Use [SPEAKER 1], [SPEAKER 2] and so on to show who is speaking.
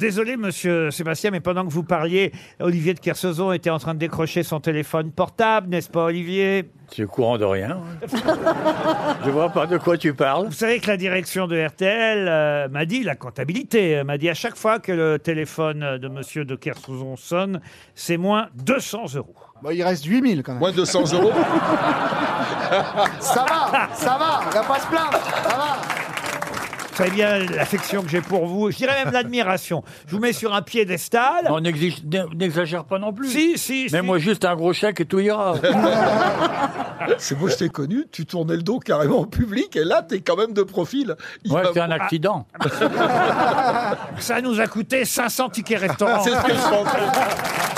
[SPEAKER 1] désolé, monsieur Sébastien, mais pendant que vous parliez, Olivier de Kersauzon était en train de décrocher son téléphone portable, n'est-ce pas, Olivier
[SPEAKER 2] Tu es courant de rien. Je vois pas de quoi tu parles.
[SPEAKER 1] Vous savez que la direction de RTL euh, m'a dit, la comptabilité euh, m'a dit, à chaque fois que le téléphone de monsieur de Kersauzon sonne, c'est moins 200 euros.
[SPEAKER 3] Bon, il reste 8000 quand même.
[SPEAKER 4] Moins de 200 euros
[SPEAKER 3] Ça va, ça va, on va pas se plaindre, ça va.
[SPEAKER 1] Vous savez bien l'affection que j'ai pour vous, je dirais même l'admiration. Je vous mets sur un piédestal.
[SPEAKER 2] On n'exige- n'exagère pas non plus.
[SPEAKER 1] Si, si, si.
[SPEAKER 2] Mets-moi juste un gros chèque et tout ira.
[SPEAKER 4] C'est moi, je t'ai connu, tu tournais le dos carrément au public, et là, t'es quand même de profil. Il
[SPEAKER 2] Ouais,
[SPEAKER 4] va-
[SPEAKER 2] c'est un accident.
[SPEAKER 1] Ça nous a coûté 500 tickets restaurants.
[SPEAKER 4] C'est ce que je pense.